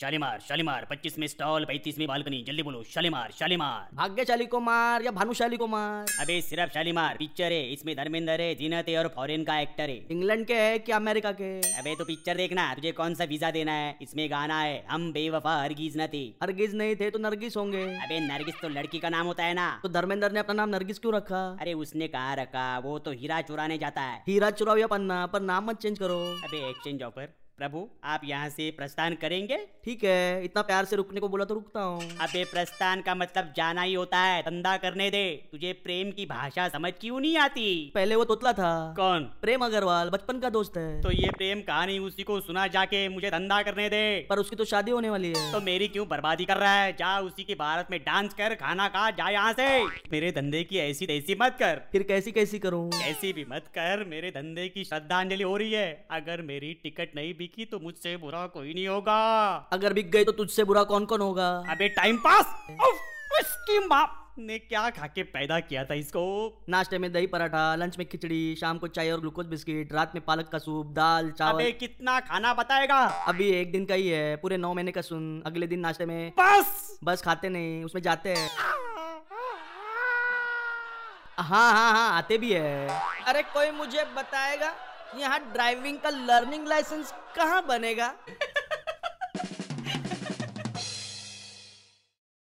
शालीमार शालीमार पच्चीस में स्टॉल पैंतीस में बालकनी जल्दी बोलो शालीमार शालीमार भाग्यशाली को मार या भानुशाली को मार अबे सिर्फ शालीमार पिक्चर है इसमें धर्मेंद्र है जीनत है और फॉरेन का एक्टर है इंग्लैंड के है कि अमेरिका के अबे तो पिक्चर देखना तुझे कौन सा वीजा देना है इसमें गाना है हम बेवफा हरगिज न थे नरगिस नहीं थे तो नरगिस होंगे अबे नरगिस तो लड़की का नाम होता है ना तो धर्मेंद्र ने अपना नाम नरगिस क्यों रखा अरे उसने कहा रखा वो तो हीरा चुराने जाता है हीरा चुराविया पन्ना पर नाम मत चेंज करो अबे एक्सचेंज ऑफर प्रभु आप यहाँ से प्रस्थान करेंगे ठीक है इतना प्यार से रुकने को बोला तो रुकता हूँ अबे प्रस्थान का मतलब जाना ही होता है धंधा करने दे तुझे प्रेम की भाषा समझ क्यों नहीं आती पहले वो तोतला था कौन प्रेम अग्रवाल बचपन का दोस्त है तो ये प्रेम कहानी उसी को सुना जाके मुझे धंधा करने दे पर उसकी तो शादी होने वाली है तो मेरी क्यों बर्बादी कर रहा है जा उसी के भारत में डांस कर खाना खा जा यहाँ से मेरे धंधे की ऐसी तैसी मत कर फिर कैसी कैसी करूँ ऐसी भी मत कर मेरे धंधे की श्रद्धांजलि हो रही है अगर मेरी टिकट नहीं बिकी तो मुझसे बुरा कोई नहीं होगा अगर बिक गई तो तुझसे बुरा कौन कौन होगा अबे टाइम पास उफ, इसकी माँ ने क्या खा के पैदा किया था इसको नाश्ते में दही पराठा लंच में खिचड़ी शाम को चाय और ग्लूकोज बिस्किट रात में पालक का सूप दाल अबे चावल कितना खाना बताएगा अभी एक दिन का ही है पूरे नौ महीने का सुन अगले दिन नाश्ते में बस बस खाते नहीं उसमें जाते हैं हाँ हाँ हाँ आते भी है अरे कोई मुझे बताएगा यहाँ ड्राइविंग का लर्निंग लाइसेंस कहाँ बनेगा